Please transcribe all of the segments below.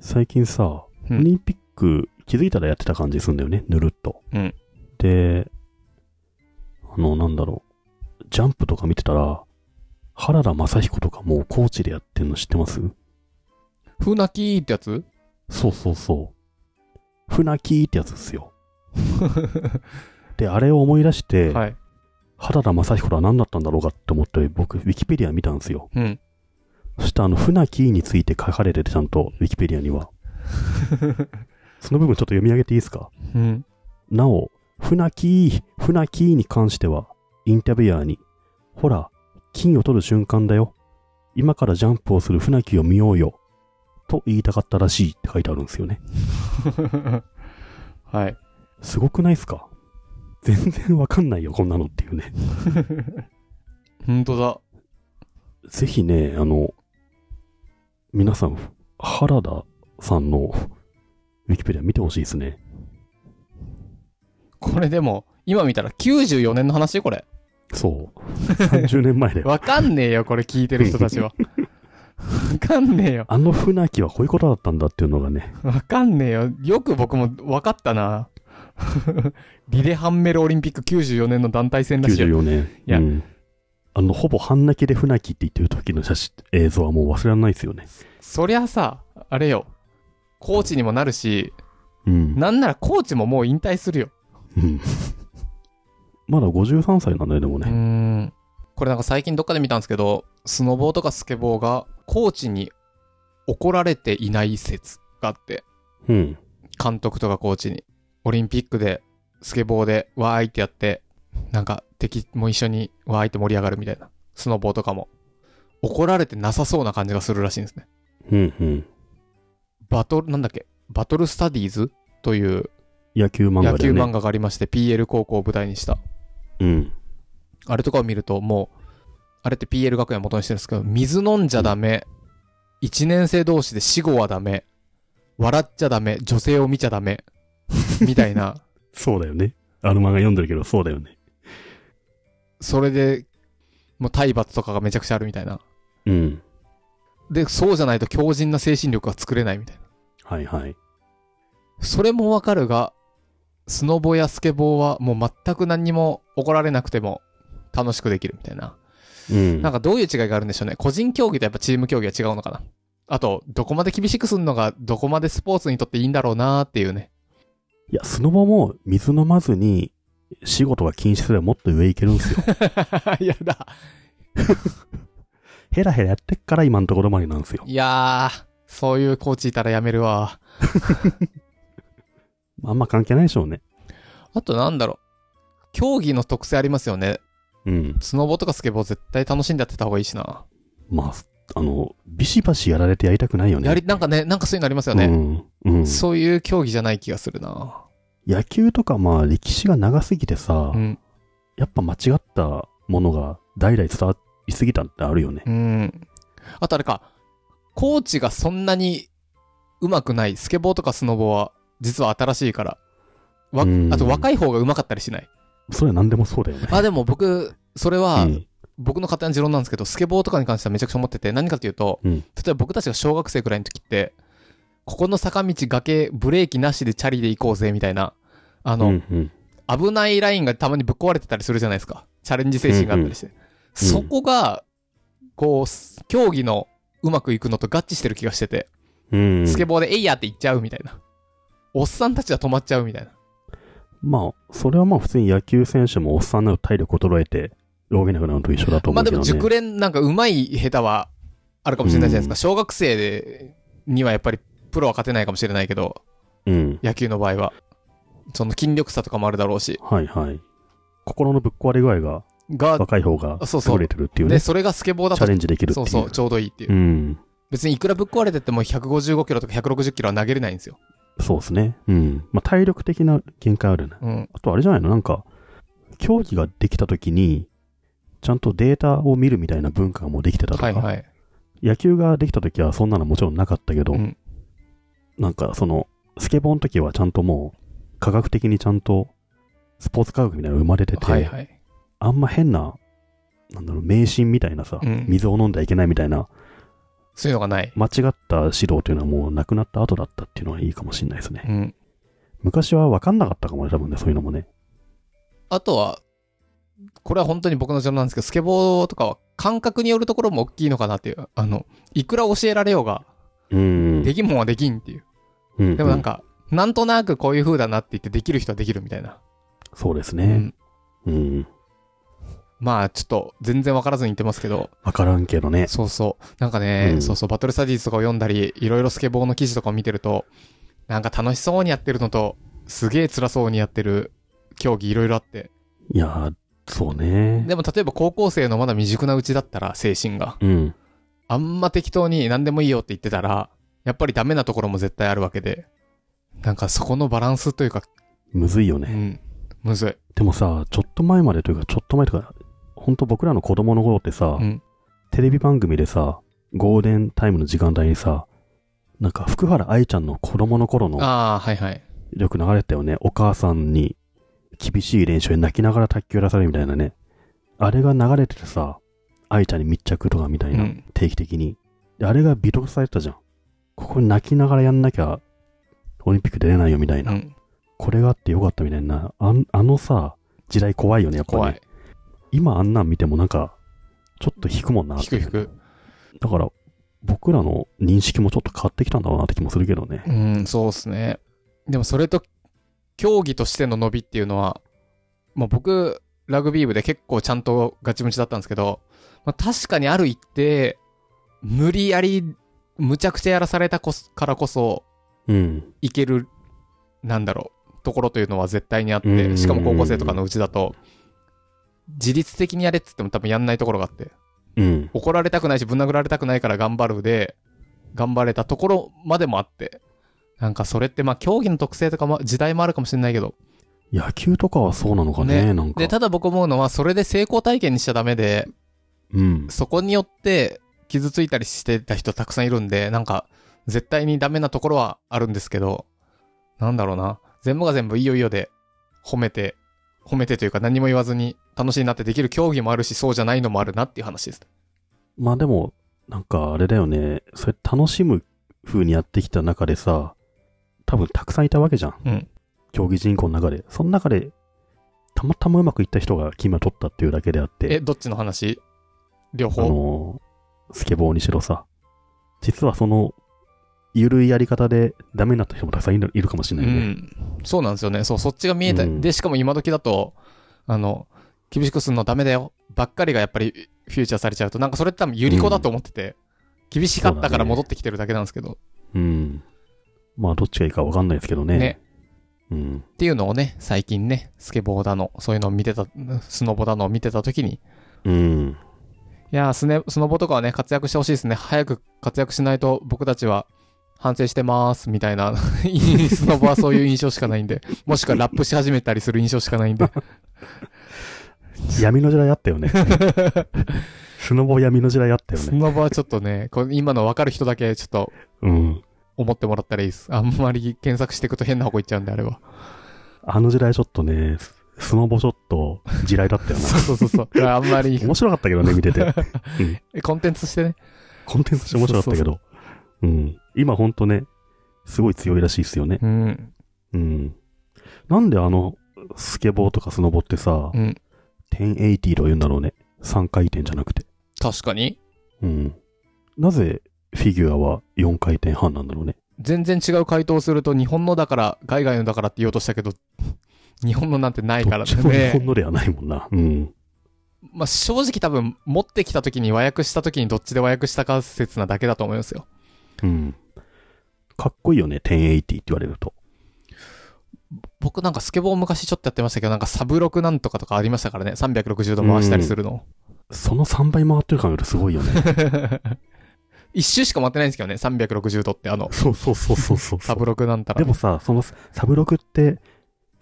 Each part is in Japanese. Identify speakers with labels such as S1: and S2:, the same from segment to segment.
S1: 最近さ、
S2: うん
S1: オリンピック気づいたらやってた感じすんだよね、ぬるっと。
S2: うん
S1: で、あの、なんだろう、ジャンプとか見てたら、原田雅彦とかもうコーチでやってんの知ってます
S2: 船木ってやつ
S1: そうそうそう。船木ってやつっすよ。で、あれを思い出して、
S2: はい。
S1: 原田雅彦ら何だったんだろうかって思って、僕、ウィキペディア見たんですよ。
S2: うん。
S1: そして、あの、船木について書かれてて、ちゃんと、ウィキペディアに は。その部分ちょっと読み上げていいですか
S2: うん。
S1: なお、船木、船木に関しては、インタビュアーに、ほら、金を取る瞬間だよ。今からジャンプをする船木を見ようよ。と言いたかったらしいって書いてあるんですよね。
S2: はい。
S1: すごくないっすか全然わかんないよ、こんなのっていうね。
S2: ほんとだ。
S1: ぜひね、あの、皆さん、原田さんのウィキペディア見てほしいですね。
S2: これでも、今見たら94年の話これ。
S1: そう。30年 前だよ。
S2: わかんねえよ、これ聞いてる人たちは。わかんねえよ。
S1: あの船木はこういうことだったんだっていうのがね、
S2: わかんねえよ。よく僕もわかったな。リレハンメルオリンピック94年の団体戦らしい
S1: 94
S2: よ。
S1: 年。
S2: いや
S1: うんあの、ほぼ半泣きで船木って言ってる時の写真、映像はもう忘れられないですよね。
S2: そりゃさ、あれよ。コーチにもなるし、
S1: うん。
S2: なんならコーチももう引退するよ。
S1: うん。まだ53歳なんだよ、でも
S2: うー
S1: ね。
S2: んこれなんか最近どっかで見たんですけどスノボーとかスケボーがコーチに怒られていない説があって
S1: うん。
S2: 監督とかコーチにオリンピックでスケボーでわーいってやってなんか敵も一緒にわーいって盛り上がるみたいなスノボーとかも怒られてなさそうな感じがするらしいんですね
S1: うん、うん。
S2: バトルなんだっけバトルスタディーズという
S1: 野球漫
S2: 野
S1: 画だ
S2: 球
S1: よね。
S2: 漫画がありまして PL 高校を舞台にした
S1: うん。
S2: あれとかを見ると、もう、あれって PL 学園を元にしてるんですけど、水飲んじゃダメ、1年生同士で死後はダメ、笑っちゃダメ、女性を見ちゃダメ、みたいな、
S1: そうだよね。あの漫画読んでるけど、そうだよね。
S2: それで、もう体罰とかがめちゃくちゃあるみたいな。
S1: うん。
S2: で、そうじゃないと強靭な精神力が作れないみたいな。
S1: はいはい。
S2: それもわかるが、スノボやスケボーはもう全く何にも怒られなくても楽しくできるみたいな。
S1: うん。
S2: なんかどういう違いがあるんでしょうね。個人競技とやっぱチーム競技は違うのかな。あと、どこまで厳しくするのが、どこまでスポーツにとっていいんだろうなーっていう ね。
S1: いや、スノボも水飲まずに仕事が禁止すればもっと上行けるんで すよ。
S2: やだ。
S1: ヘラヘラやってっから今のところまでなんですよ。
S2: いやー、そういうコーチいたらやめるわ。
S1: あんま関係ないでしょうね。
S2: あとなんだろう。競技の特性ありますよね。
S1: うん。
S2: スノボとかスケボー絶対楽しんでやってた方がいいしな。
S1: まあ、あの、ビシバシやられてやりたくないよね。
S2: やり、なんかね、なんかそういうのありますよね。
S1: うん。うん。
S2: そういう競技じゃない気がするな。
S1: 野球とかまあ歴史が長すぎてさ、
S2: うん。
S1: やっぱ間違ったものが代々伝わりすぎたってあるよね。
S2: うん。あとあれか、コーチがそんなに上手くない、スケボーとかスノボは実は新しいから、わ
S1: うん
S2: あと若い方が上手かったりしない。
S1: それは何でもそうだよね。
S2: あ、でも僕、それは、
S1: うん
S2: 僕の勝手な持論なんですけど、スケボーとかに関してはめちゃくちゃ思ってて、何かというと、
S1: うん
S2: 例えば僕たちが小学生くらいの時って、ここの坂道崖、ブレーキなしでチャリで行こうぜ、みたいな、あの、
S1: うんうん
S2: 危ないラインがたまにぶっ壊れてたりするじゃないですか。チャレンジ精神があったりして。そこが、こうす、競技のうまくいくのと合致してる気がしてて、
S1: うん
S2: スケボーでえいやって言っちゃうみたいな。おっさんたちは止まっちゃうみたいな。
S1: まあ、それはまあ普通に野球選手もおっさんになると体力衰えて動けなくなるのと一緒だと思
S2: まあ
S1: う
S2: で
S1: けど、ね。
S2: も熟練なんかうまい下手はあるかもしれないじゃないですか。
S1: うん
S2: 小学生でにはやっぱりプロは勝てないかもしれないけど、
S1: うん。
S2: 野球の場合は。その筋力差とかもあるだろうし。
S1: はいはい。心のぶっ壊れ具合が
S2: が、
S1: 若い方が
S2: そうそう
S1: 優れてるっていうね。
S2: で、それがスケボーだ
S1: チャ
S2: と、
S1: レンジできるってい
S2: そ
S1: うう。
S2: そう、ちょうどいいっていう。
S1: うん。
S2: 別にいくらぶっ壊れてっても155キロとか160キロは投げれないんですよ。
S1: そうですね。うん。まあ体力的な限界あるね。
S2: うん。
S1: あとあれじゃないのなんか、競技ができたときに、ちゃんとデータを見るみたいな文化がもうできてたとか、
S2: はいはい。
S1: 野球ができたときはそんなのもちろんなかったけど、
S2: うん
S1: なんかその、スケボーの時はちゃんともう、科学的にちゃんと、スポーツ科学みたいなのが生まれてて、
S2: はいはい。
S1: あんま変な、なんだろう、迷信みたいなさ、
S2: うん
S1: 水を飲んではいけないみたいな、
S2: そういうのがない。
S1: 間違った指導というのはもう亡くなった後だったっていうのはいいかもしれないですね。
S2: うん。
S1: 昔は分かんなかったかもね、多分ね、そういうのもね。
S2: あとは、これは本当に僕の持論なんですけど、スケボーとかは感覚によるところも大きいのかなっていう。あの、いくら教えられようが、
S1: うん。
S2: できんもんはできんっていう。
S1: うん
S2: でもなん、か、なんとなくこういう風だなって言ってできる人はできるみたいな。
S1: うんそうです
S2: う
S1: ね。
S2: ん
S1: うん。
S2: まあ、ちょっと全然わからずに言ってますけど、
S1: 分からんけどね。
S2: そうそう。なんかね、
S1: うん
S2: そうそう、バトルスタディーズとかを読んだり、いろいろスケボーの記事とかを見てると、なんか楽しそうにやってるのと、すげえ辛そうにやってる競技いろいろあって。
S1: いやー、そうね。
S2: でも例えば高校生のまだ未熟なうちだったら、精神が。
S1: うん。
S2: あんま適当に何でもいいよって言ってたら、やっぱりダメなところも絶対あるわけで、なんかそこのバランスというか、
S1: むずいよ
S2: う
S1: ね。
S2: ん、むずい。
S1: でもさ、ちょっと前までというか、ちょっと前とか、ほんと僕らの子供の頃ってさ、
S2: うん
S1: テレビ番組でさ、ゴールデンタイムの時間帯にさ、なんか福原愛ちゃんの子供の頃の
S2: ああ、はいはい。
S1: よく流れてたよね。お母さんに厳しい練習で泣きながら卓球やらされるみたいなね。あれが流れててさ、愛ちゃんに密着とかみたいな、
S2: うん
S1: 定期的に。であれが美徳されてたじゃん。ここに泣きながらやんなきゃ、オリンピック出れないよみたいな。
S2: うん、
S1: これがあってよかったみたいな。あんあのさ、時代怖いよね、やっぱね。
S2: 怖い。
S1: 今あんなん見てもなんか、ちょっと引くもんな。
S2: 引く引く。
S1: だから、僕らの認識もちょっと変わってきたんだろうなって気もするけどね。
S2: うん、そうっすね。でもそれと、競技としての伸びっていうのは、まあ僕、ラグビー部で結構ちゃんとガチムチだったんですけど、まあ確かにある一定、無理やり、むちゃくちゃやらされたこそからこそ、
S1: うん。
S2: いける、なんだろう、ところというのは絶対にあっ
S1: うんうんう
S2: て、
S1: ん
S2: しかも高校生とかのうちだと、自律的にやれっつっても多分やんないところがあって、
S1: うん。
S2: 怒られたくないし、ぶん殴られたくないから頑張るで、頑張れたところまでもあって、なんかそれって、まあ、競技の特性とかも、時代もあるかもしれないけど、
S1: 野球とかはそうなのかね、
S2: ね
S1: なんか。
S2: で、ただ僕思うのは、それで成功体験にしちゃダメで、
S1: うん。
S2: そこによって傷ついたりしてた人たくさんいるんで、なんか、絶対にダメなところはあるんですけど、なんだろうな、全部が全部いいよいいよで、褒めて、褒めてというか何も言わずに楽しいなってできる競技もあるし、そうじゃないのもあるなっていう話です。
S1: まあでも、なんかあれだよね。それ楽しむ風にやってきた中でさ、多分たくさんいたわけじゃん。
S2: うん
S1: 競技人口の中で。その中で、たまたまうまくいった人が金を取ったっていうだけであって。
S2: え、どっちの話両
S1: あ
S2: 方。
S1: のースケボーにしろさ、実はその、ゆるいやり方でダメになった人もたくさんいるいるかもしれないよね。
S2: うん、そうなんですよね。そう、そっちが見えた。
S1: うん
S2: で、しかも今時だと、あの、厳しくするのダメだよ。ばっかりがやっぱりフューチャーされちゃうと、なんかそれって多分ユリコだと思ってて、厳しかったから戻ってきてるだけなんですけど、
S1: うん。まあ、どっちがいいかわかんないですけどね。
S2: ね
S1: うん。
S2: っていうのをね、最近ね、スケボーだの、そういうのを見てた、スノボだのを見てた時に、い
S1: うん。
S2: やースネ、スノボとかはね、活躍してほしいですね。早く活躍しないと僕たちは反省してます、みたい な。スノボはそういう印象しかないんで、もしくはラップし始めたりする印象しかないんで。
S1: 闇の時代あったよね。スノボ闇の時代あったよ
S2: ス
S1: ね。
S2: ノボはちょっとね、これ今の分かる人だけちょっと
S1: うん。
S2: 思ってもらったらいいです。あんまり検索していくと変な方向行っちゃうんで、あれは。
S1: あの時代ちょっとね、ススノボちょっと地雷だったよな。
S2: そうそうそうそう。だから あんまり、
S1: 面白かったけどね、見てて。うん
S2: コンテンツとしてね。
S1: コンテンツとして面白かったけど。うん。今ほんとね、すごい強いらしいですよね。
S2: うん。
S1: うん。なんであの、スケボーとかスノボってさ、
S2: うん。
S1: 1080とか言うんだろうね。3回転じゃなくて。
S2: 確かに。
S1: うん。なぜフィギュアは4回転半なんだろうね。
S2: 全然違う回答をすると、日本のだから、海外のだからって言おうとしたけど、 日本のなんてないか
S1: ど
S2: ら
S1: っちも日
S2: ね
S1: 本。のではないもんな。うん。
S2: まあ、正直多分、持ってきた時に和訳した時にどっちで和訳したか説なだけだと思いますよ。
S1: うん。かっこいいよね、1080って言われると。
S2: 僕なんかスケボー昔ちょっとやってましたけど、なんかサブロクなんとかとかありましたからね。360度回したりするの。
S1: その3倍回ってる感よりすごいよね。
S2: 一周しか回ってないんですけどね、360度って、あ の、
S1: そうそうそうそう そう
S2: サブロクなんたら。
S1: でもさ、そのサブロクって、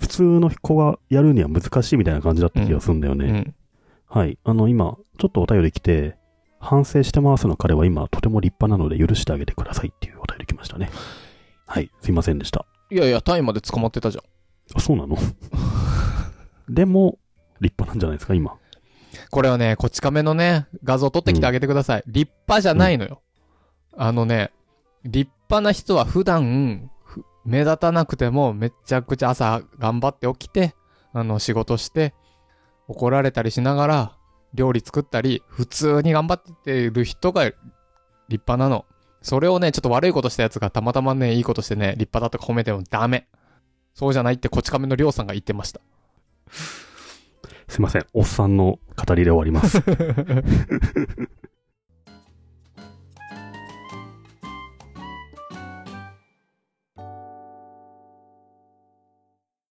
S1: 普通の子がやるには難しいみたいな感じだった気がするんだよね。
S2: うん、
S1: はい。あの、今、ちょっとお便り来て、反省してますの彼は今、とても立派なので許してあげてくださいっていうお便り来ましたね。はい。すいませんでした。
S2: いやいや、タイまで捕まってたじゃん。
S1: あ、そう なのでも、立派なんじゃないですか、今。
S2: これはね、こち亀のね、画像撮ってきてあげてください。立派じゃないのよ。あのね、立派な人は普段、ふ目立たなくてもめちゃくちゃ朝頑張って起きて、あの仕事して、怒られたりしながら、料理作ったり、普通に頑張ってる人が立派なの。それをね、ちょっと悪いことしたやつがたまたまね、いいことしてね、立派だとか褒めてもダメ。そうじゃないってこち亀のりょうさんが言ってました。
S1: すいません。おっさんの語りで終わります。